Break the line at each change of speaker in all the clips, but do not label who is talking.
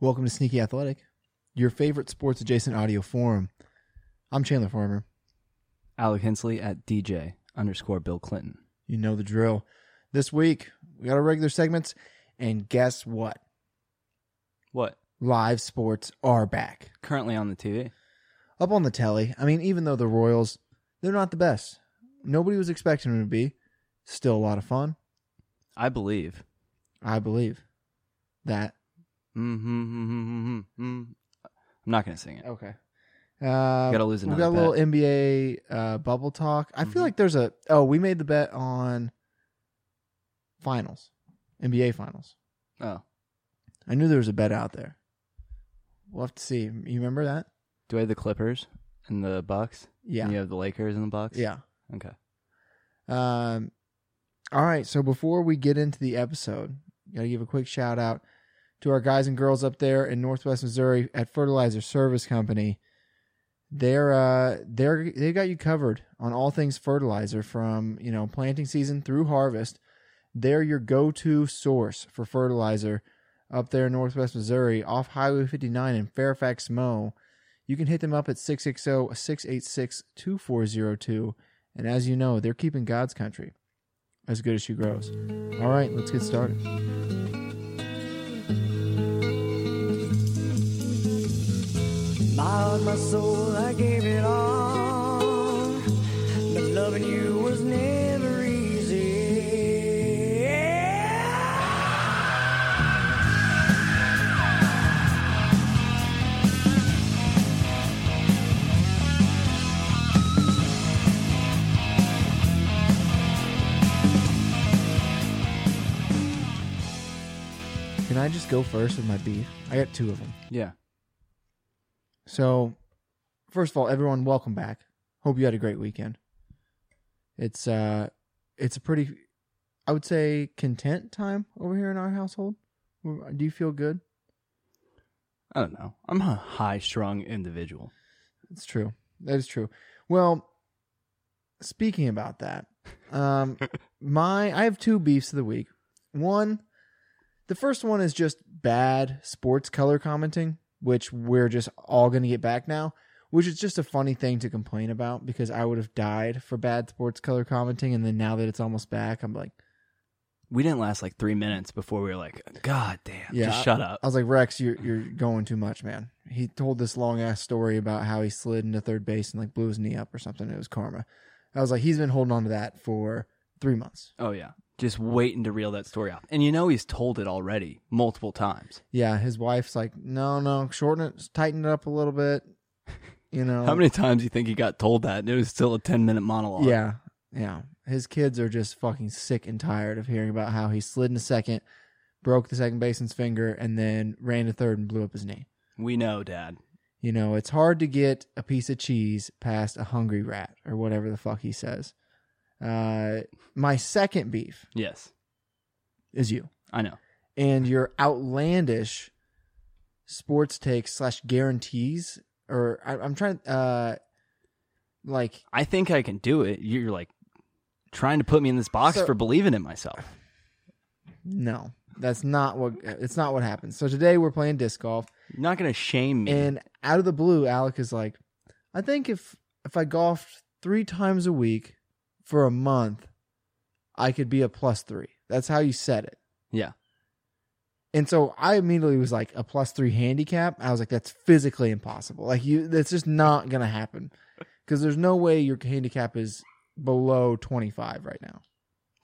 Welcome to Sneaky Athletic, your favorite sports adjacent audio forum. I'm Chandler Farmer.
Alec Hensley at DJ underscore Bill Clinton.
You know the drill. This week, we got our regular segments, and guess what?
What?
Live sports are back.
Currently on the TV.
Up on the telly, I mean, even though the Royals, they're not the best. Nobody was expecting them to be. Still a lot of fun,
I believe.
I believe. That.
Mm-hmm. I'm not going to sing it.
Okay. Uh,
Gotta lose
We've
another
got a
bet.
little NBA uh, bubble talk. I
Mhm.
feel like there's a oh, we made the bet on finals, NBA finals.
Oh.
I knew there was a bet out there. We'll have to see. You remember that?
Do I have the Clippers and the Bucks?
Yeah,
And you have the Lakers and the Bucks?
yeah.
Okay.
Um, all right. So before we get into the episode, gotta give a quick shout out to our guys and girls up there in Northwest Missouri at Fertilizer Service Company. They're uh they're they got you covered on all things fertilizer from you know planting season through harvest. They're your go-to source for fertilizer up there in Northwest Missouri off Highway 59 in Fairfax Mo. You can hit them up at 660-686-2402 and as you know, they're keeping God's country as good as she grows. All right, let's get started.
My heart, my soul, I gave it all. But loving you was never easy.
Can I just go first with my beef? I got two of them.
Yeah.
So, first of all, everyone, welcome back. Hope you had a great weekend. It's uh, it's a pretty, I would say, content time over here in our household. Do you feel good?
I don't know. I'm a high strung individual.
It's true. That is true. Well, speaking about that, um, my I have two beefs of the week. One, the first one is just bad sports color commenting, which we're just all going to get back now, which is just a funny thing to complain about because I would have died for bad sports color commenting, and then now that it's almost back, I'm like,
We didn't last like three minutes before we were like, God damn.
Yeah,
Just shut up.
I was like, Rex, you're you're going too much, man. He told this long ass story about how he slid into third base and like blew his knee up or something. It was karma. I was like, he's been holding on to that for three months.
oh, yeah. Just waiting to reel that story off. And you know he's told it already multiple times.
Yeah, his wife's like, no, no, shorten it, tighten it up a little bit. You know,
How many times do you think he got told that? And it was still a 10 minute monologue.
Um, Yeah, yeah. His kids are just fucking sick and tired of hearing about how he slid in a second, broke the second baseman's finger, and then ran to third and blew up his knee.
We know, Dad.
You know, it's hard to get a piece of cheese past a hungry rat or whatever the fuck he says. Uh, my second beef
Yes.
is you
I know.
and your outlandish sports takes slash guarantees, or I, I'm trying, uh, like
I think I can do it. You're like trying to put me in this box
So-
for believing in myself.
no, that's not what it's not what happens. So today we're playing disc golf,
You're not going to shame me.
and out of the blue, Alec is like, I think if if I golfed three times a week for a month, I could be a plus three. That's how you said it.
yeah.
And so I immediately was like a plus three handicap. I was like, that's physically impossible. Like you, that's just not gonna happen because there's no way your handicap is below 25 right now.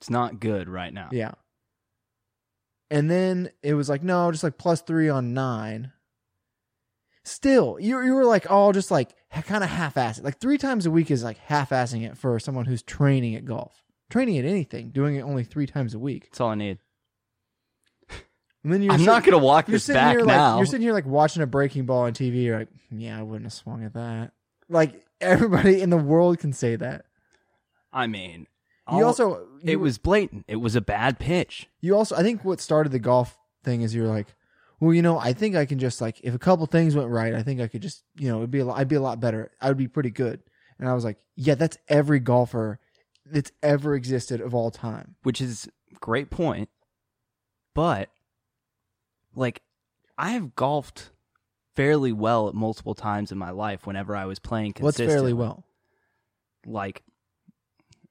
It's not good right now.
Yeah. And then it was like, no, just like plus three on nine. Still, you you were like all just like kind of half assed. Like three times a week is like half assing it for someone who's training at golf, training at anything, doing it only three times a week.
That's all I need.
And then you're
I'm
sit-
not going to walk
you're
this
sitting
back
here
now.
like you're sitting here like watching a breaking ball on TV. You're like, yeah, I wouldn't have swung at that. Like everybody in the world can say that.
I mean,
you
all-
also
it
you-
was blatant. It was a bad pitch.
you also I think what started the golf thing is you're like, well, you know, I think I can just like if a couple things went right, I think I could just you know it'd be a lot, I'd be a lot better. I would be pretty good. And I was like, yeah, that's every golfer that's ever existed of all time.
which is great point. But like I have golfed fairly well at multiple times in my life whenever I was playing
What's
consistently.
fairly well?
Like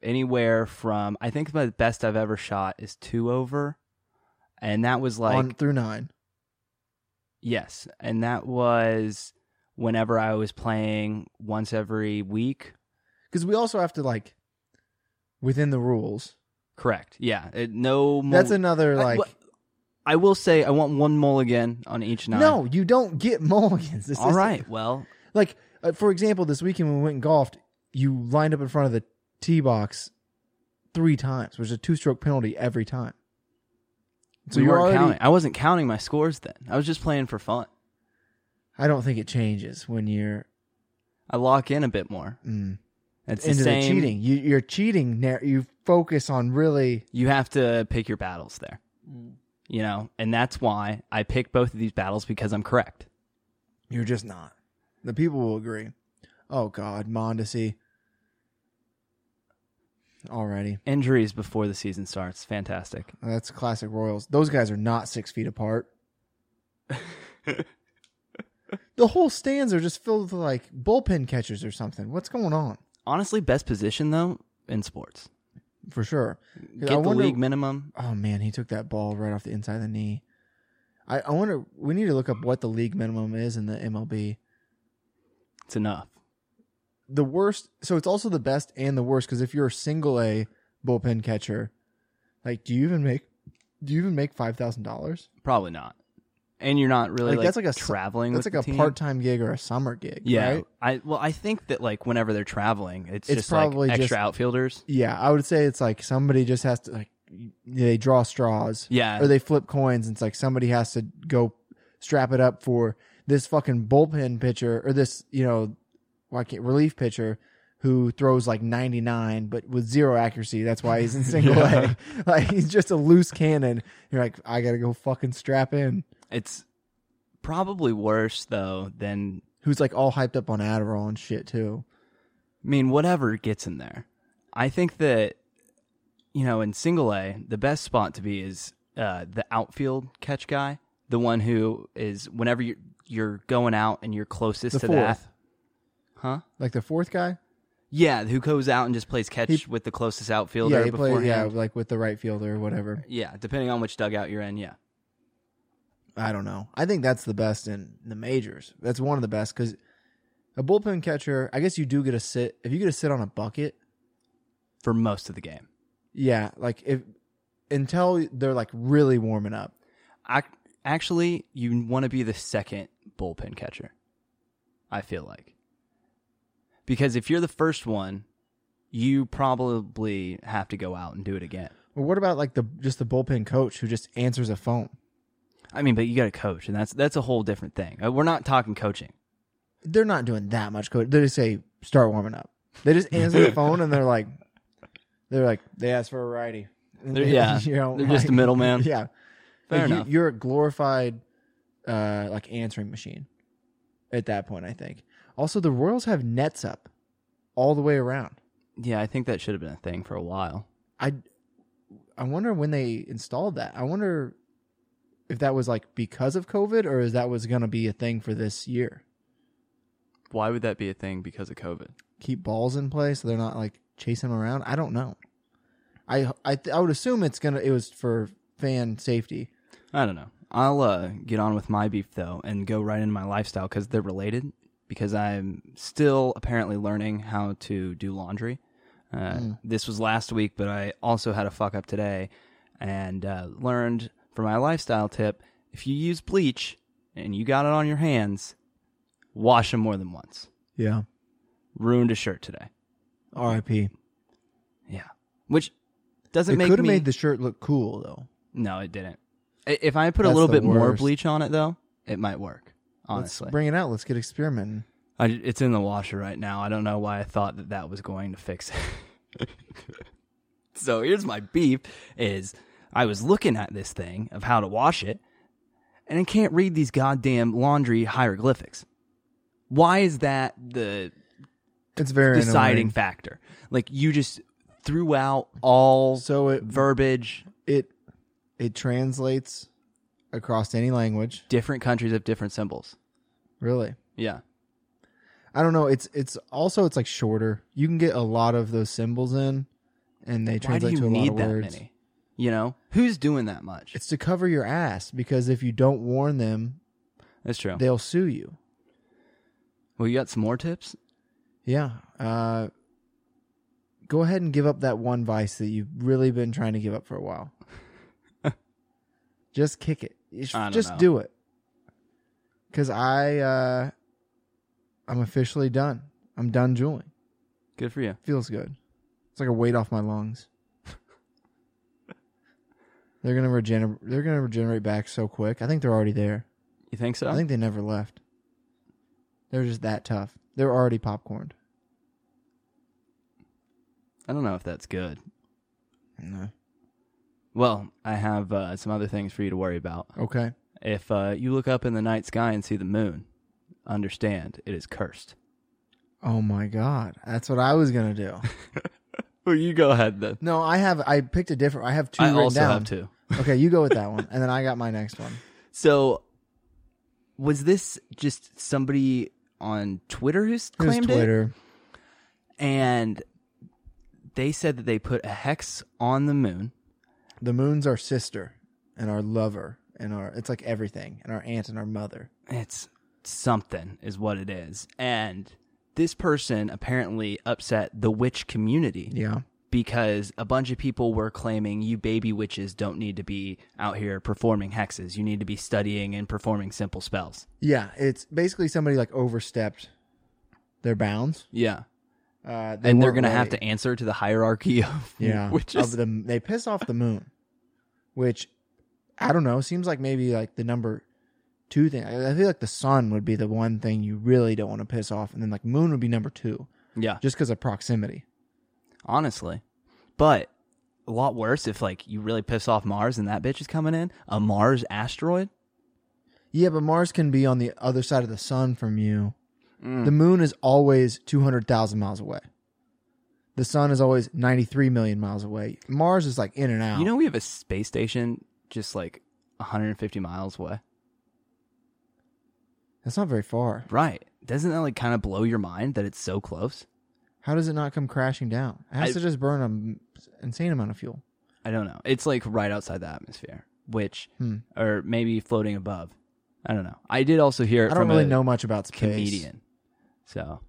anywhere from I think the best I've ever shot is two over. And that was like
on through nine.
Yes, and that was whenever I was playing once every week.
Because we also have to like within the rules.
Correct. Yeah. It, no. Mul-
That's another
I-
like.
wha- I will say I want one mulligan on each nine.
no, you don't get mulligans. This
All
is-
right. Well,
Like uh, for example, this weekend when we went and golfed, you lined up in front of the tee box three times, which is a two-stroke penalty every time.
we
you're
weren't
already-
counting. I wasn't counting my scores then. I was just playing for fun.
I don't think it changes when you're
I lock in a bit more.
mm,
It's
into
the
the
same.
cheating. You, you're cheating. Now. You focus on really.
You have to pick your battles there.
Mm.
You know, and that's why I pick both of these battles because I'm correct.
You're just not. The people will agree. Oh God, Mondesi. Already,
Injuries before the season starts. Fantastic.
that's classic Royals. Those guys are not six feet apart. the whole stands are just filled with like bullpen catchers or something. What's going on?
Honestly, best position though in sports.
For sure.
Get
I
the
wonder-
league minimum.
Oh man, he took that ball right off the inside of the knee. I, I wonder. We need to look up what the league minimum is in the MLB.
It's enough.
the worst so it's also the best and the worst because if you're a single a bullpen catcher like do you even make do you even make five thousand dollars
Probably not. And you're not really
Like,
like,
that's like a su-
traveling.
that's
with
like
the
a
team.
part-time gig or a summer gig
Yeah.
right?
I well, I think that like whenever they're traveling, it's,
It's
just
probably
like extra
just-
outfielders.
yeah i would say it's like somebody just has to like they draw straws
Yeah.
or they flip coins and it's like somebody has to go strap it up for this fucking bullpen pitcher or this you know why can't relief pitcher who throws like 99 but with zero accuracy that's why he's in single
Yeah.
a like he's just a loose cannon you're like i gotta go fucking strap in
it's probably worse though than
who's like all hyped up on adderall and shit too
I mean, whatever gets in there. I think that you know, in single A, the best spot to be is uh, the outfield catch guy, the one who is whenever you're you're going out and you're closest
The
to
fourth.
that, huh?
like the fourth guy
Yeah, who goes out and just plays catch
He-
with the closest outfielder
yeah he played
beforehand.
yeah like with the right fielder or whatever
Yeah, depending on which dugout you're in, yeah.
I don't know. I think that's the best in the majors. That's one of the best because a bullpen catcher, I guess you do get a sit. If you get a sit on a bucket,
For most of the game.
yeah, like if until they're like really warming up.
I actually you want to be the second bullpen catcher. I feel like. Because if you're the first one, you probably have to go out and do it again.
Well, what about like the just the bullpen coach who just answers a phone?
I mean, but you got to coach, and that's that's a whole different thing. Uh, We're not talking coaching.
They're not doing that much coach. They just say start warming up. They just answer the phone and they're like, they're like they ask for a righty. And
They're- yeah.
you know,
They're just a middleman.
Yeah,
Fair
Like, you-
enough.
You're a glorified uh, like answering machine at that point. I think. Also, the Royals have nets up all the way around.
Yeah, I think that should have been a thing for a while.
I I wonder when they installed that. I wonder if that was like because of COVID or is that was going to be a thing for this year.
Why would that be a thing because of COVID?
Keep balls in play so they're not like chasing them around. I don't know. I I th- I would assume it's gonna it was for fan safety.
I don't know. I'll uh, get on with my beef though and go right into my lifestyle because they're related. Because I'm still apparently learning how to do laundry. Uh,
Mm.
This was last week, but I also had a fuck up today and uh, learned from my lifestyle tip: if you use bleach and you got it on your hands, wash them more than once.
Yeah.
Ruined a shirt today.
R.I.P.
Yeah, which doesn't
It
make
could have
me.
made the shirt look cool though.
no, it didn't. I- If I put a
That's
little
the
bit more
worst.
bleach on it, though, it might work. Honestly,
Let's bring it out. Let's get experimenting.
I, it's in the washer right now. I don't know why I thought that that was going to fix it. so here's my beef: is I was looking at this thing of how to wash it, and I can't read these goddamn laundry hieroglyphics. Why is that the
It's very
deciding
annoying.
factor? Like you just threw out all
So it
verbiage.
it it translates across any language.
Different countries have different symbols.
Really,
Yeah.
I don't know. It's it's also it's like shorter. You can get a lot of those symbols in, and they
Why do
translate
you
to a
need
lot of
that
words.
many? You know, who's doing that much?
It's to cover your ass because if you don't warn them,
That's true.
they'll sue you.
well, you got some more tips?
Yeah. Uh, go ahead and give up that one vice that you've really been trying to give up for a while. just kick it. You sh-
I don't
Just
know.
do it. Cause I, uh, I'm officially done. I'm done drooling.
Good for you.
Feels good. It's like a weight off my lungs. they're gonna regenerate. They're gonna regenerate back so quick. I think they're already there.
You think so?
I think they never left. They're just that tough. They're already popcorned.
I don't know if that's good.
No.
Well, I have uh, some other things for you to worry about.
Okay.
If uh, you look up in the night sky and see the moon, understand it is cursed.
Oh my god, that's what I was gonna do.
Well, you go ahead then.
No, I have. I picked a different. I have two.
I
written
also
down.
have two.
Okay, you go with that one, and then I got my next one.
So, was this just somebody on Twitter who's
It was
claimed it?
Twitter.
And they said that they put a hex on the moon.
The moon's our sister and our lover and our. It's like everything and our aunt and our mother.
It's something, is what it is. And this person apparently upset the witch community
Yeah.
because a bunch of people were claiming you baby witches don't need to be out here performing hexes. You need to be studying and performing simple spells.
Yeah. It's basically somebody like overstepped their bounds.
Yeah.
Uh, they
And they're
weren't
going to have
ready.
to answer to the hierarchy of
Yeah.
witches.
of the they piss off the moon, which I don't know. Seems like maybe like the number two thing. I I feel like the sun would be the one thing you really don't want to piss off, and then like moon would be number two,
yeah.
just because of proximity.
honestly. But a lot worse if like you really piss off Mars and that bitch is coming in, a Mars asteroid.
Yeah, but Mars can be on the other side of the sun from you.
Hmm.
The moon is always two hundred thousand miles away. The sun is always ninety three million miles away. Mars is like in and out.
You know we have a space station just like 150 miles away.
that's not very far.
Right. Doesn't that like kind of blow your mind that it's so close?
How does it not come crashing down? It has
I-
to just burn an insane amount of fuel.
I don't know. It's like right outside the atmosphere, which
Hmm.
or maybe floating above. I don't know. I did also hear it
I don't
from
really
a
know much about space.
comedian. So,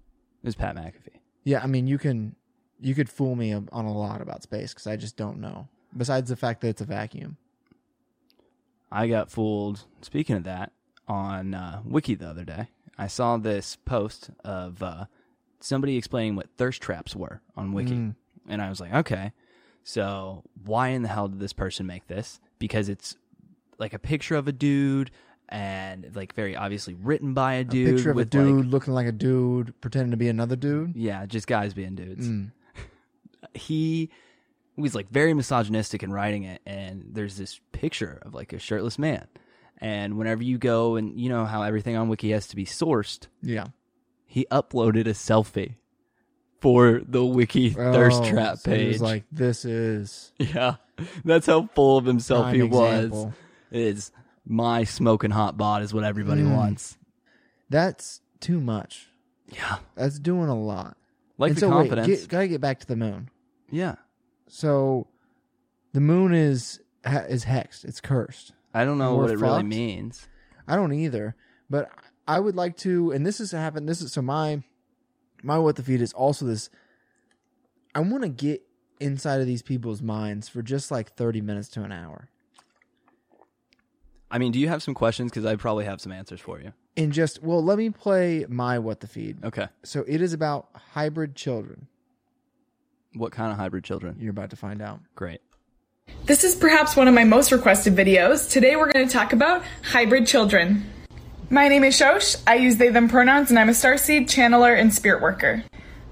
it was Pat McAfee.
Yeah, I mean, you can you could fool me on a lot about space because I just don't know. Besides the fact that it's a vacuum.
I got fooled. Speaking of that, on uh, Wiki the other day, I saw this post of uh, somebody explaining what thirst traps were on Wiki,
Mm.
and I was like, okay, so why in the hell did this person make this? Because it's like a picture of a dude, and like very obviously written by a dude.
Picture of a
with,
dude
like-
looking like a dude, pretending to be another dude.
yeah, just guys being dudes.
Mm.
He was like very misogynistic in writing it, and there's this picture of like a shirtless man. And whenever you go and you know how everything on Wiki has to be sourced,
Yeah.
he uploaded a selfie for the Wiki thirst
Oh,
trap
so he
page.
was like, this is
yeah, that's how full of himself
prime
he was.
example.
Is my smoking hot bod is what everybody
Mm.
wants.
That's too much.
Yeah,
That's doing a lot.
like
and
the
so
confidence.
wait, get, gotta get back to the moon.
yeah,
So, the moon is ha- is hexed. It's cursed.
I don't know
We're
what it really
fucked.
means.
I don't either, but I would like to. And this has happened. This is so my my what the feed is also this. I want to get inside of these people's minds for just like thirty minutes to an hour,
I mean, do you have some questions? Because I probably have some answers for you.
and just well, let me play my what the feed.
Okay,
So it is about hybrid children.
what kind of hybrid children?
You're about to find out.
Great.
This is perhaps one of my most requested videos. Today we're going to talk about hybrid children. My name is Shosh. I use they them pronouns and I'm a starseed, channeler, and spirit worker.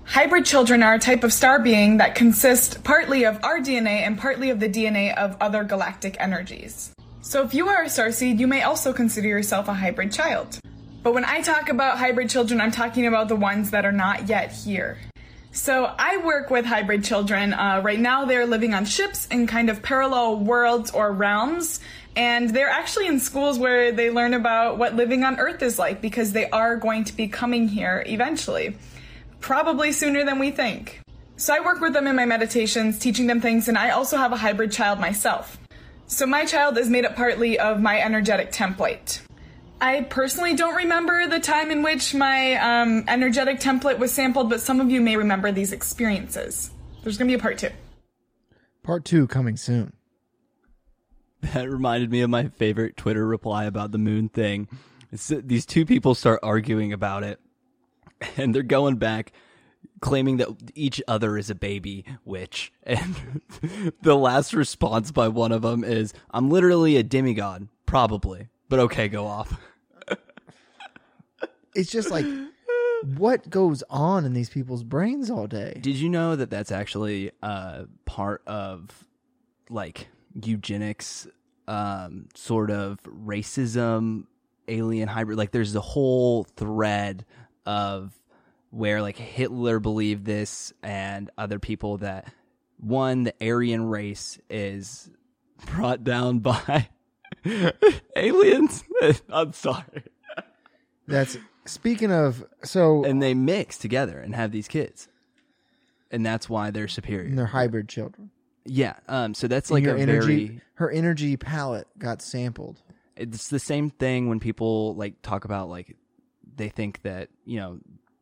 Hybrid children are a type of star being that consists partly of our DNA and partly of the DNA of other galactic energies. So if you are a starseed, you may also consider yourself a hybrid child. But when I talk about hybrid children, I'm talking about the ones that are not yet here. So I work with hybrid children. Uh, right now, they're living on ships in kind of parallel worlds or realms, And they're actually in schools where they learn about what living on Earth is like because they are going to be coming here eventually, probably sooner than we think. So I work with them in my meditations, teaching them things, and I also have a hybrid child myself. So my child is made up partly of my energetic template. I personally don't remember the time in which my um, energetic template was sampled, but some of you may remember these experiences. There's going to be a part two.
Part two coming soon.
That reminded me of my favorite Twitter reply about the moon thing. It's, these two people start arguing about it, and they're going back, claiming that each other is a baby witch. And the last response by one of them is, "I'm literally a demigod, probably, but okay, go off."
It's just like what goes on in these people's brains all day.
Did you know that that's actually uh, part of like eugenics, um, sort of racism, alien hybrid? Like, there's a whole thread of where like Hitler believed this and other people that one, the Aryan race is brought down by aliens. I'm sorry.
That's speaking of so
And they mix together and have these kids. And that's why they're superior.
and they're hybrid children.
Yeah. Um. So that's
And
like
your
a
energy,
very.
her energy palette got sampled.
It's the same thing when people like talk about like they think that you know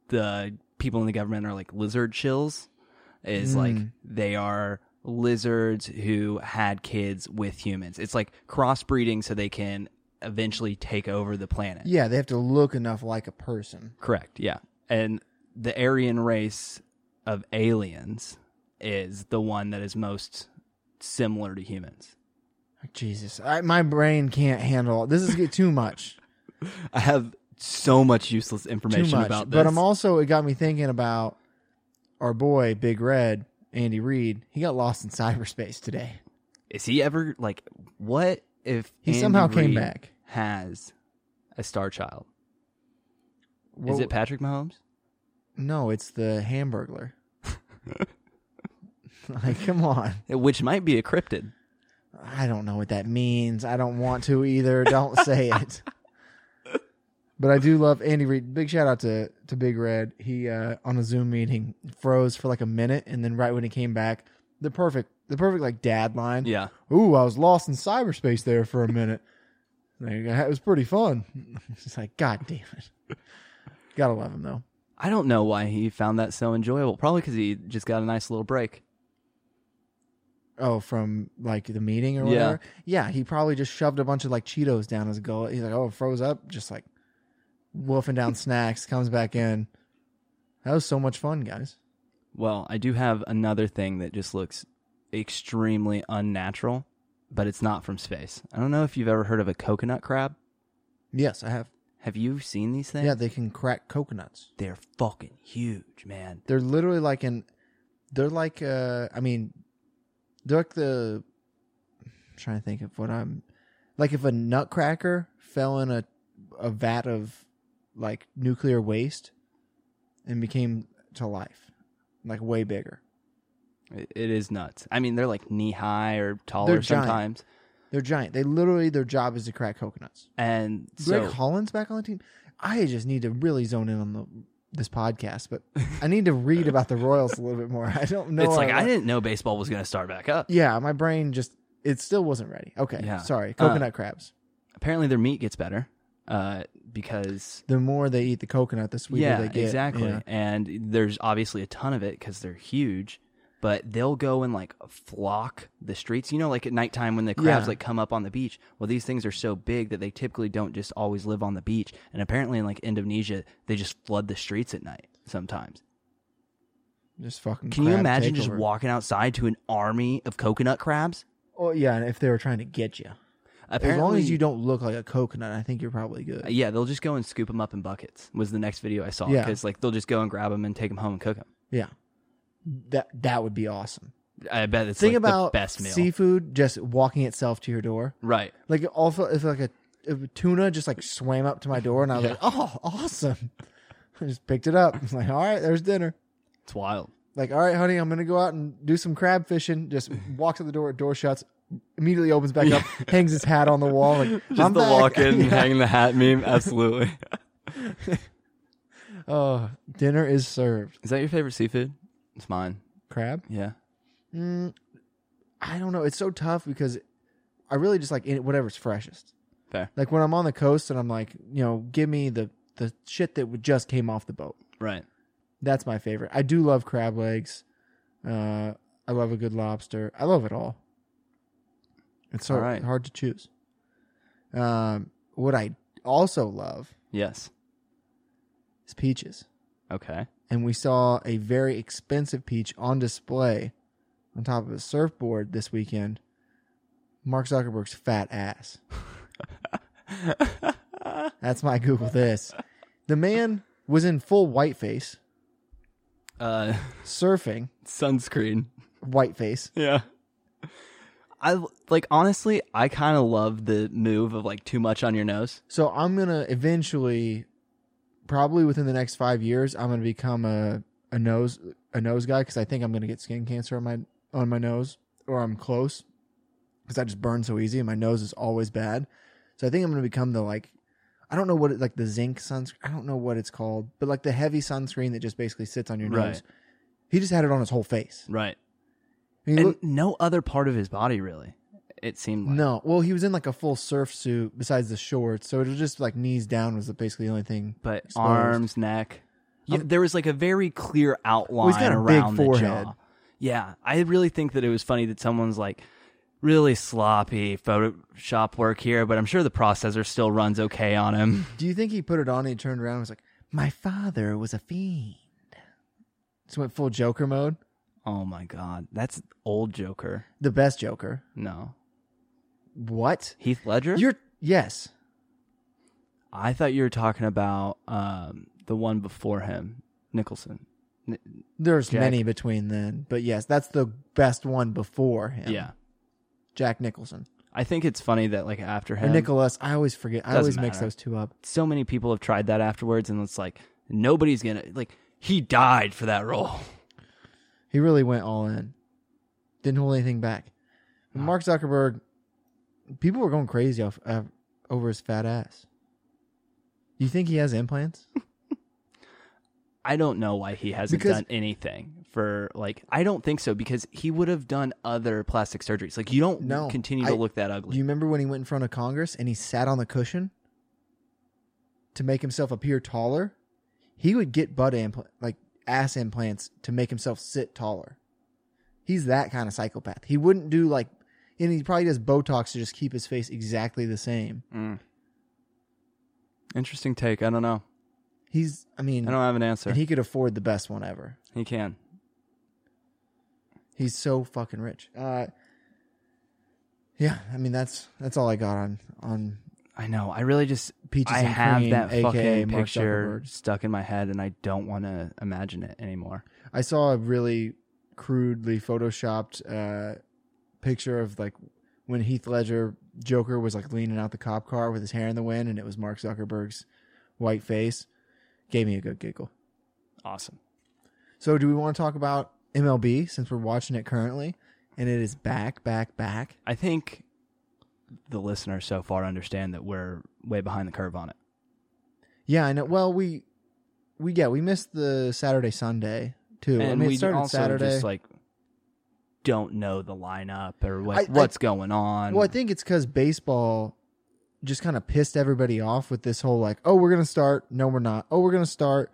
the people in the government are like lizard chills, is like
Mm.
they are lizards who had kids with humans. It's like crossbreeding so they can eventually take over the planet.
Yeah, they have to look enough like a person.
Correct. Yeah. And the Aryan race of aliens is the one that is most similar to humans.
Jesus, I, my brain can't handle it. This is get too much,
I have so much useless
too
information
much.
about this.
But I'm also it got me thinking about our boy Big Red, Andy Reid. He got lost in cyberspace today.
is he ever like what if
He
Andy
somehow came
Reid
back.
Has a star child? Is
What-
it Patrick Mahomes?
No, it's the Hamburglar. like, come on.
Eh, Which might be a cryptid.
I don't know what that means. I don't want to either. Don't say it. But I do love Andy Reid. Big shout out to, to Big Red. He uh, on a Zoom meeting froze for like a minute, and then right when he came back, the perfect the perfect like dad line.
Yeah.
Ooh, I was lost in cyberspace there for a minute. Like, It was pretty fun. It's like, God damn it. Gotta love him though.
I don't know why he found that so enjoyable. Probably because he just got a nice little break.
Oh, from like the meeting or
Yeah.
whatever. Yeah, he probably just shoved a bunch of like Cheetos down his gullet. He's like, oh, froze up, just like wolfing down snacks. Comes back in. That was so much fun, guys.
Well, I do have another thing that just looks extremely unnatural, but it's not from space. I don't know if you've ever heard of a coconut crab.
Yes, I have.
Have you seen these things?
Yeah, they can crack coconuts.
They're fucking huge, man.
They're literally like an. They're like uh, I mean, they're like the. I'm trying to think of what I'm, like if a nutcracker fell in a, a vat of, like nuclear waste, and became to life, like way bigger.
It it is nuts. I mean, they're like knee high or taller
They're giant.
sometimes.
They're giant. They literally their job is to crack coconuts.
And
Greg
so,
Holland's back on the team. I just need to really zone in on the this podcast, but I need to read about the Royals a little bit more. I don't know.
it's like
about-
I didn't know baseball was going to start back up.
Yeah, my brain just it still wasn't ready. Okay,
Yeah. Uh,
sorry. Coconut crabs.
Apparently, their meat gets better uh, because
The more they eat the coconut, the sweeter
yeah,
they get.
exactly.
Yeah.
And there's obviously a ton of it because they're huge. But they'll go and like flock the streets. You know, like at nighttime when the crabs
Yeah.
like come up on the beach. Well, these things are so big that they typically don't just always live on the beach. And apparently, in like Indonesia, they just flood the streets at night sometimes.
Just fucking.
Can you
crab
imagine just
takeover.
walking outside to an army of coconut crabs?
Oh yeah, and if they were trying to get you, as long as you don't look like a coconut, I think you're probably good.
yeah, they'll just go and scoop them up in buckets. Was the next video I saw
Yeah.
because like they'll just go and grab them and take them home and cook them.
yeah, that that would be awesome.
I bet it's
Think
like,
about
the best meal.
seafood just walking itself to your door.
right.
Like also if like a, if a tuna just like swam up to my door and I was like, oh, awesome. I just picked it up. I was like, all right, there's dinner.
It's wild.
Like, all right, honey, I'm gonna go out and do some crab fishing. Just walks to the door, door shuts. immediately opens back up, hangs his hat on the wall. Like,
Just
I'm
the
back.
walk in,
Yeah.
hang the hat meme. Absolutely.
Oh, dinner is served.
Is that your favorite seafood? It's mine.
Crab.
Yeah.
Mm, I don't know. It's so tough because I really just like it, whatever's freshest.
Fair.
Like when I'm on the coast and I'm like, you know, give me the the shit that would- just came off the boat.
Right.
That's my favorite. I do love crab legs. Uh, I love a good lobster. I love it all. It's so
All right.
hard to choose. Um, what I also love
Yes.
is peaches.
Okay.
and we saw a very expensive peach on display on top of a surfboard this weekend. Mark Zuckerberg's fat ass. That's my Google this. The man was in full whiteface,
Uh,
surfing
sunscreen.
whiteface.
Yeah. I like honestly, I kind of love the move of like too much on your nose.
So I'm gonna eventually, probably within the next five years, I'm gonna become a a nose a nose guy because I think I'm gonna get skin cancer on my on my nose or I'm close because I just burn so easy and my nose is always bad. So I think I'm gonna become the like I don't know what it like the zinc sunscreen I don't know what it's called but like the heavy sunscreen that just basically sits on your
Right.
nose. He just had it on his whole face.
Right.
He
And
looked-
no other part of his body really. It seemed like.
no, well he was in like a full surf suit besides the shorts, so it was just like knees down was basically the only thing
But
Exposed.
arms, neck. Yeah, there was like a very clear outline
Well, he's got a big
around the
forehead.
jaw. Yeah, I really think that it was funny that someone's like really sloppy Photoshop work here, but I'm sure the processor still runs okay on him.
Do you think he put it on and he turned around and was like, My father was a fiend? Just went full Joker mode.
Oh my god, that's old Joker.
The best Joker.
No,
What?
Heath Ledger.
You're yes.
I thought you were talking about um, the one before him, Nicholson. N-
There's
Jack-
many between then, but yes, that's the best one before him.
Yeah,
Jack Nicholson.
I think it's funny that like after
Or
him,
Nicholas. I always forget. I
Doesn't
always mix
matter.
those two up.
so many people have tried that afterwards, and it's like nobody's gonna like. He died for that role.
He really went all in. Didn't hold anything back. And Mark Zuckerberg, people were going crazy off, uh, over his fat ass. You think he has implants?
I don't know why he hasn't
Because-
done anything for like. I don't think so because he would have done other plastic surgeries. Like you don't
No,
continue
I-
to look that
Do
ugly.
you remember when he went in front of Congress and he sat on the cushion to make himself appear taller? He would get butt impl- like ass implants to make himself sit taller. He's that kind of psychopath. He wouldn't do like, and he probably does Botox to just keep his face exactly the same.
Mm. Interesting take. I don't know.
He's, I
I
mean,
don't have an answer.
and he could afford the best one ever.
he can.
He's so fucking rich. Uh, yeah, I mean that's that's all I got on on
I know. I really just
peaches
I
and
have
cream,
that
aka
fucking
Mark
picture
Zuckerberg.
stuck in my head, and I don't want to imagine it anymore.
I saw a really crudely photoshopped uh, picture of like when Heath Ledger Joker was like leaning out the cop car with his hair in the wind, and it was Mark Zuckerberg's white face. Gave me a good giggle.
Awesome.
So, do we want to talk about MLB since we're watching it currently, and it is back, back, back?
I think the listeners so far understand that we're way behind the curve on it.
Yeah, I know. Well, we we yeah we missed the Saturday Sunday too. I
and
mean,
we
it started
also
Saturday.
just like don't know the lineup or what,
I- I-
what's going on.
Well, I think it's because baseball just kind of pissed everybody off with this whole like, oh, we're gonna start, no, we're not. Oh, we're gonna start.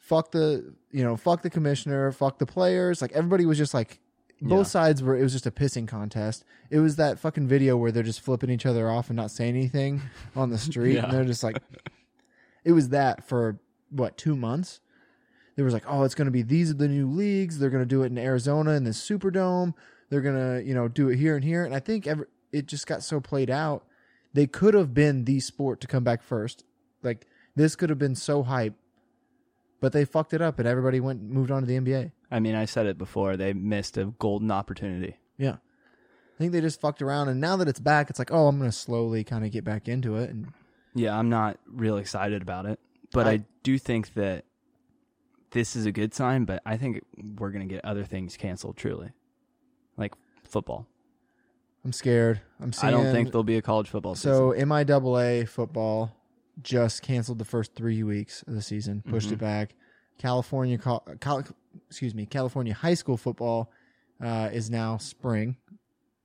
Fuck the, you know, fuck the commissioner, fuck the players. Like everybody was just like, both
Yeah.
sides were. It was just a pissing contest. It was that fucking video where they're just flipping each other off and not saying anything on the street,
Yeah.
and they're just like, it was that for what two months. There was like, oh, it's going to be these are the new leagues. They're going to do it in Arizona in the Superdome. They're going to you know do it here and here. And I think every, it just got so played out. They could have been the sport to come back first. Like this could have been so hype, but they fucked it up, and everybody went moved on to the NBA.
I mean, I said it before. They missed a golden opportunity.
Yeah. I think they just fucked around, and now that it's back, it's like, oh, I'm gonna slowly kind of get back into it, and
Yeah, I'm not real excited about it, but I,
I-
do think that this is a good sign. But I think we're gonna get other things canceled. Truly, like football.
I'm scared. I'm
I
seeing.
don't think there'll be a college football season.
so. MIAA football just canceled the first three weeks of the season, pushed
Mm-hmm.
it back. California, col- col- excuse me, California high school football uh, is now spring.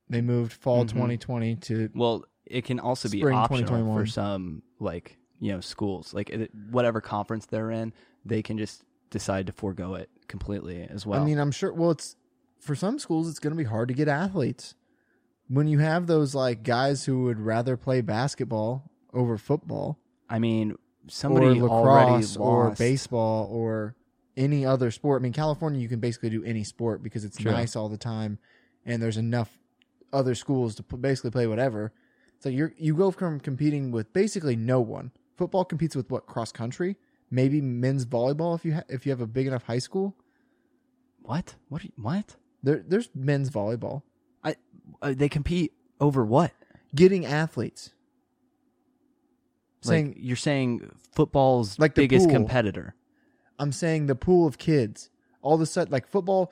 They moved fall
Mhm.
2020 to
well, it can also be
Spring
optional
2021.
for some like you know schools, like it- whatever conference they're in, they can just decide to forego it completely as well.
I mean, I'm sure. Well, it's for some schools, it's going to be hard to get athletes. When you have those like guys who would rather play basketball over football,
I mean,
or
somebody already
lacrosse,
lost.
or baseball, or any other sport. I mean, California, you can basically do any sport because it's
True.
nice all the time, and there's enough other schools to p- basically play whatever. So you're you go from competing with basically no one. Football competes with what cross country, maybe men's volleyball if you ha- if you have a big enough high school.
What? What? Are you, what?
There, there's men's volleyball.
I uh, they compete over what?
getting athletes.
Like,
Saying
you're saying football's
Like the
biggest
pool.
competitor.
I'm saying the pool of kids. All of a sudden, like football,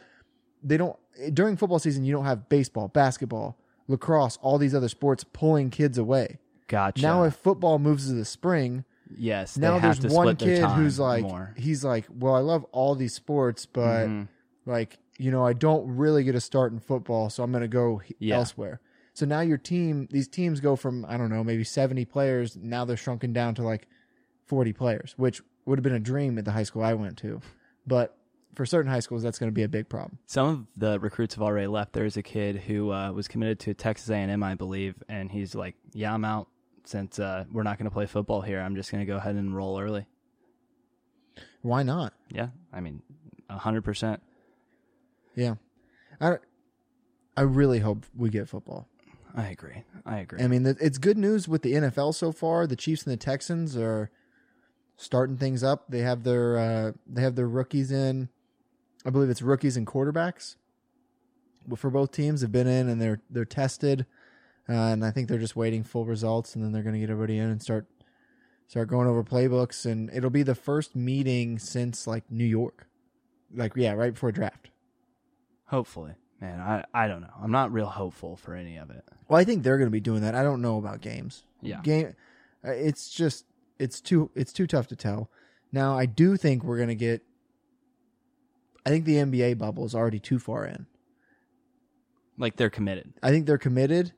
they don't during football season. You don't have baseball, basketball, lacrosse, all these other sports pulling kids away.
Gotcha.
Now, if football moves to the spring,
yes, they
now
have
there's
to
one
split their
kid
time
who's like,
more.
he's like, well, I love all these sports, but
Mhm.
like you know i don't really get a start in football so i'm going to go he-
Yeah.
elsewhere so now your team these teams go from i don't know maybe 70 players now they're shrunken down to like 40 players which would have been a dream at the high school i went to but for certain high schools that's going to be a big problem
Some of the recruits have already left. There's a kid who uh, was committed to Texas A&M, I believe, and he's like, "Yeah, I'm out since uh, we're not going to play football here. I'm just going to go ahead and enroll early."
why not
Yeah, I mean, hundred percent.
yeah i i really hope we get football
I agree. I agree.
i mean it- it's good news with the nfl so far the chiefs and the texans are starting things up they have their uh they have their rookies in I believe it's rookies and quarterbacks Well, for both teams have been in and they're they're tested, uh, and I think they're just waiting full results and then they're going to get everybody in and start start going over playbooks and it'll be the first meeting since like New York, like yeah, right before draft.
Hopefully, man. I I don't know. I'm not real hopeful for any of it.
Well, I think they're going to be doing that. I don't know about games.
Yeah.
game. uh, It's just it's too it's too tough to tell. Now I do think we're going to get. I think the NBA bubble is already too far in.
Like they're committed.
I think they're committed.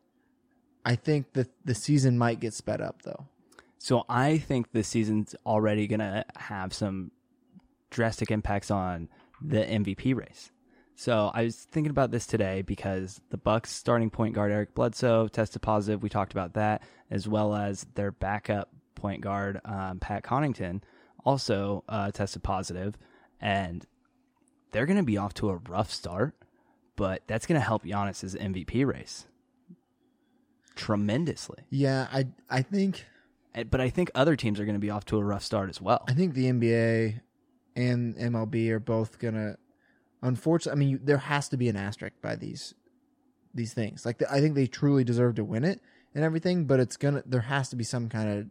I think that the season might get sped up though.
So I think this season's already going to have some drastic impacts on the MVP race. So I was thinking about this today because the Bucks starting point guard Eric Bledsoe tested positive. We talked about that as well as their backup point guard um, Pat Connington also uh, tested positive, and they're going to be off to a rough start. But that's going to help Giannis's MVP race tremendously.
Yeah, I I think
And- Eh, but I think other teams are going to be off to a rough start as well.
I think the NBA and MLB are both gonna. Unfortunately, I mean you, there has to be an asterisk by these these things. Like I think they truly deserve to win it and everything, but it's gonna there has to be some kind of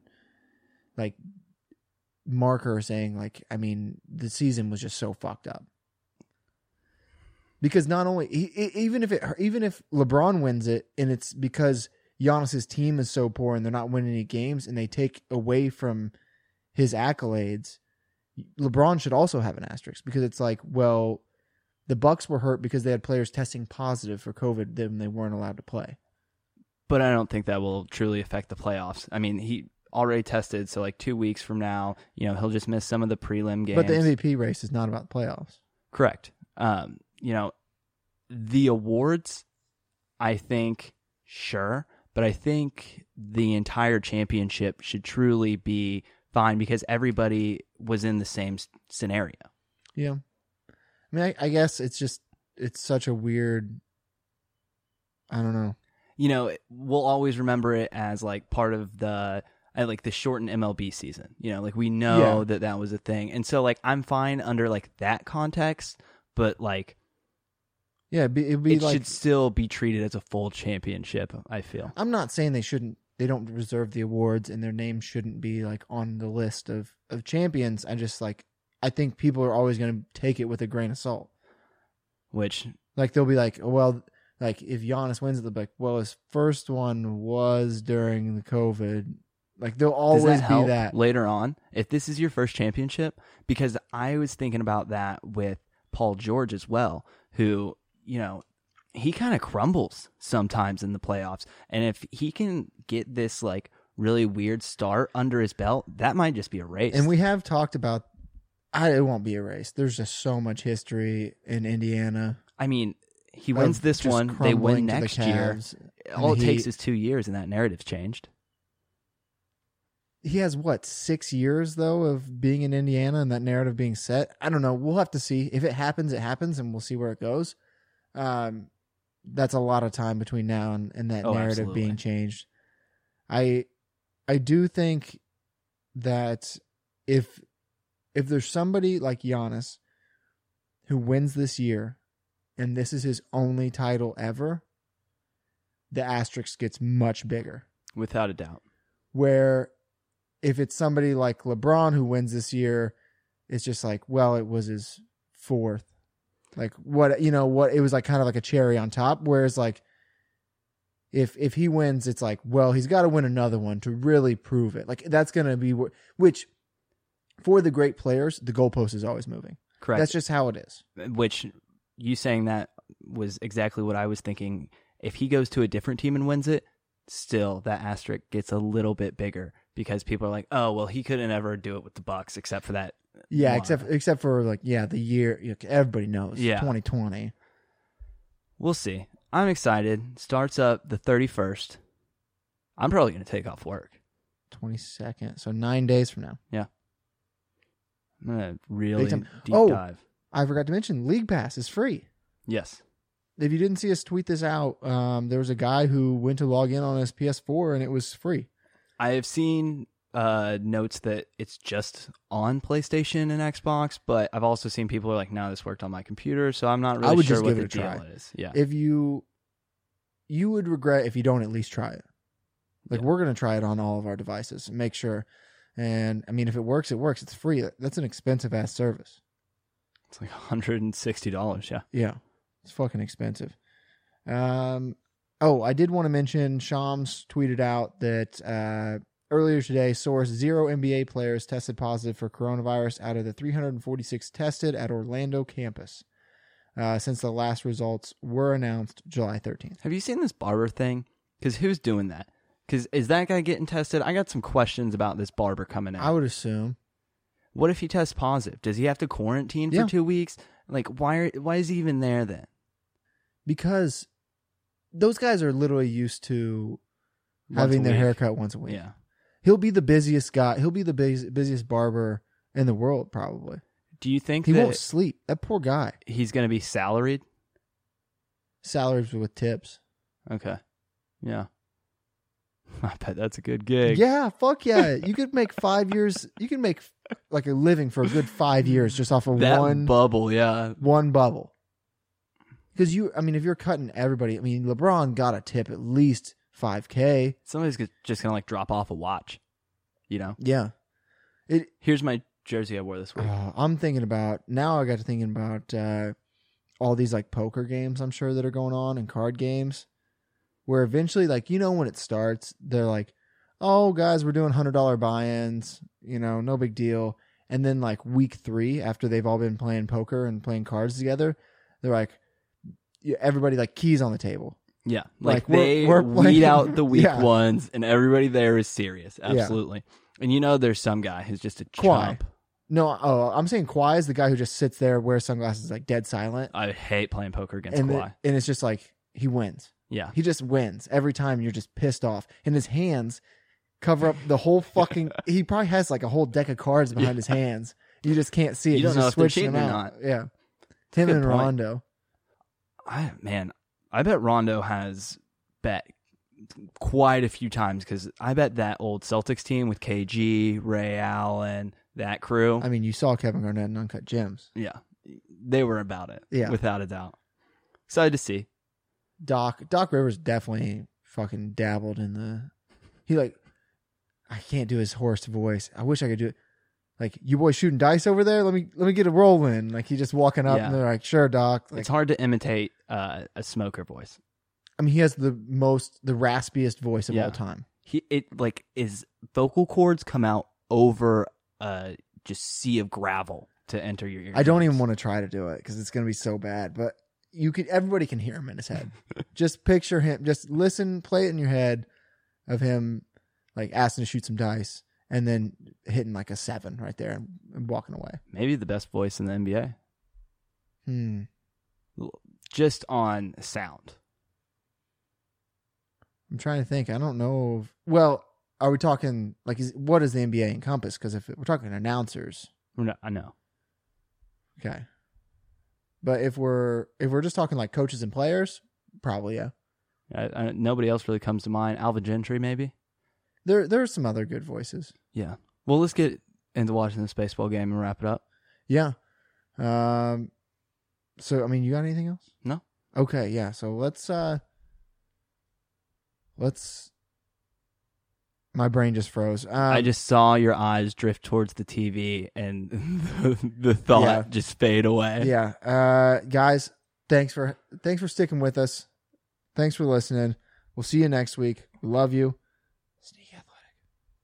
like marker saying like I mean the season was just so fucked up. Because not only e- e- even if it even if LeBron wins it and it's because Giannis's team is so poor and they're not winning any games and they take away from his accolades, LeBron should also have an asterisk because it's like, well, the Bucks were hurt because they had players testing positive for COVID, then they weren't allowed to play.
But I don't think that will truly affect the playoffs. I mean, he already tested, so like two weeks from now, you know, he'll just miss some of the prelim games.
But the MVP race is not about the playoffs.
Correct. Um, you know, the awards, I think, sure, but I think the entire championship should truly be fine because everybody was in the same s- scenario.
Yeah, I mean, I, I guess it's just it's such a weird. I don't know.
you know, we'll always remember it as like part of the uh, like the shortened MLB season. You know, like we know
Yeah.
that that was a thing, and so like I'm fine under like that context, but like
Yeah, it'd be, it'd be
it
like
should still be treated as a full championship. I feel
I'm not saying they shouldn't. They don't reserve the awards, and their name shouldn't be like on the list of of champions. I just like I think people are always going to take it with a grain of salt.
which
Like they'll be like, oh, well, like if Giannis wins it, they'll be like, well, his first one was during the COVID. Like they'll
Does
always
that
be
help
that.
later on if this is your first championship because i was thinking about that with paul george as well who you know he kind of crumbles sometimes in the playoffs and if he can get this like really weird start under his belt that might just be erased
And we have talked about. I, it won't be erased. There's just so much history in Indiana.
i mean he
of
wins this
just
one they
crumbling
win
to the
next year
Cavs.
all it
and
takes
he-
is two years and that narrative's changed
He has what six years though of being in Indiana and that narrative being set. I don't know. We'll have to see if it happens. It happens, and we'll see where it goes. Um, that's a lot of time between now and, and that
Oh,
narrative
absolutely.
being changed. I, I do think that if if there's somebody like Giannis who wins this year, and this is his only title ever, the asterisk gets much bigger
without a doubt
where if it's somebody like LeBron who wins this year, it's just like, well, it was his fourth. Like what you know, what it was like kind of like a cherry on top. Whereas like if if he wins, it's like, well, he's gotta win another one to really prove it. Like that's gonna be wh- which for the great players, the goalpost is always moving.
correct
That's just how it is.
which you saying that was exactly what I was thinking. If he goes to a different team and wins it, still that asterisk gets a little bit bigger because people are like, "Oh, well, he couldn't ever do it with the Bucks except for that."
Yeah,
Why?
except except for like, yeah, the year you know, everybody knows.
Yeah.
Twenty twenty.
We'll see. I'm excited. Starts up the 31st. I'm probably going to take off work.
Twenty second. So nine days from now.
I'm going to really
time.
deep
Oh.
dive.
I forgot to mention League Pass is free.
Yes.
if you didn't see us tweet this out, um, there was a guy who went to log in on his PS4 and it was free.
I have seen uh, notes that it's just on PlayStation and Xbox, but I've also seen people are like, "No, this worked on my computer," so I'm not really
would
sure
just
what
give
the
it a
deal
try.
is. Yeah,
If you, you would regret if you don't at least try it. Like
Yeah.
we're gonna try it on all of our devices, and make sure. And I mean, if it works, it works. It's free. That's an expensive ass service.
It's like hundred and sixty dollars. Yeah.
Yeah, it's fucking expensive. Um, oh, I did want to mention Shams tweeted out that uh, earlier today, source zero NBA players tested positive for coronavirus out of the 346 tested at Orlando campus uh, since the last results were announced July 13th.
Have you seen this barber thing? Because who's doing that? Because is that guy getting tested? I got some questions about this barber coming
I
out.
would assume
What if he tests positive? Does he have to quarantine for
Yeah.
two weeks? Like, why? Are, why is he even there then?
because those guys are literally used to having
Once a
their
week.
haircut once a week.
Yeah.
He'll be the busiest guy. He'll be the bus- busiest barber in the world, probably.
Do you think
He
that
won't sleep. That poor guy.
he's going to be salaried?
Salaries with tips.
Okay. Yeah. I bet that's a good gig.
Yeah, fuck yeah. You could make five years. You can make like a living for a good five years just off of
That
one
bubble. Yeah.
one bubble. Because you, I mean, if you're cutting everybody, I mean, LeBron got a tip at least five k.
Somebody's g- just going to like drop off a watch. You know.
Yeah. It.
Here's my jersey I wore this week.
uh, I'm thinking about now. I got to thinking about uh, all these like poker games. I'm sure that are going on and card games, where eventually, like you know, when it starts, they're like, "Oh, guys, we're doing hundred dollar buy-ins. You know, no big deal." And then like week three, after they've all been playing poker and playing cards together, they're like, yeah, everybody like keys on the table.
Yeah,
Like,
like,
we're-
they
we're
weed
playing-
out the weak
Yeah.
ones, and everybody there is serious.
Yeah.
Absolutely. And you know, there's some guy who's just a
Kwai.
chump.
No, oh, I'm saying Kwai is the guy who just sits there, wears sunglasses, like dead silent,
I hate playing poker against
and the-
Uh, Kawhi.
and it's just like he wins.
Yeah,
He just wins every time. You're just pissed off, and his hands cover up the whole fucking. he probably has like a whole deck of cards behind his hands. You just can't see it.
You
He's
don't know
just
if they're
switching
cheating
them
or
out. Yeah, Tim
good
and
point.
Rondo.
I man, I bet Rondo has bet quite a few times because I bet that old Celtics team with KG, Ray Allen, that crew.
I mean, you saw Kevin Garnett in Uncut Gems.
yeah, they were about it.
Yeah.
without a doubt. Excited to see.
Doc Doc Rivers definitely fucking dabbled in the. He like, I can't do his hoarse voice. I wish I could do it. Like you boys shooting dice over there. Let me let me get a roll in. Like he just walking up
Yeah.
and they're like, sure, Doc. Like,
it's hard to imitate uh, a smoker voice.
I mean, he has the most, the raspiest voice of
Yeah.
all time.
He it like his vocal cords come out over uh just sea of gravel to enter your ear.
I don't even want to try to do it because it's going to be so bad. But you can, everybody can hear him in his head. just picture him. Just listen, play it in your head of him, like asking to shoot some dice, and then hitting like a seven right there and, and walking away.
Maybe the best voice in the NBA,
Hmm.
just on sound.
I'm trying to think. I don't know. If, well, are we talking like is, what does the NBA encompass? Because if we're talking announcers,
We're not- I know.
okay. But if we're if we're just talking like coaches and players, probably yeah.
I, I, nobody else really comes to mind. Alvin Gentry, maybe.
There there are some other good voices.
Yeah. Well, let's get into watching this baseball game and wrap it up.
Yeah. Um. So I mean, you got anything else?
No.
Okay. Yeah. So let's uh. Let's. My brain just froze. Um,
I just saw your eyes drift towards the TV, and the, the thought
Yeah.
just fade away.
yeah uh guys thanks for thanks for sticking with us thanks for listening we'll see you next week we love you sneaky athlete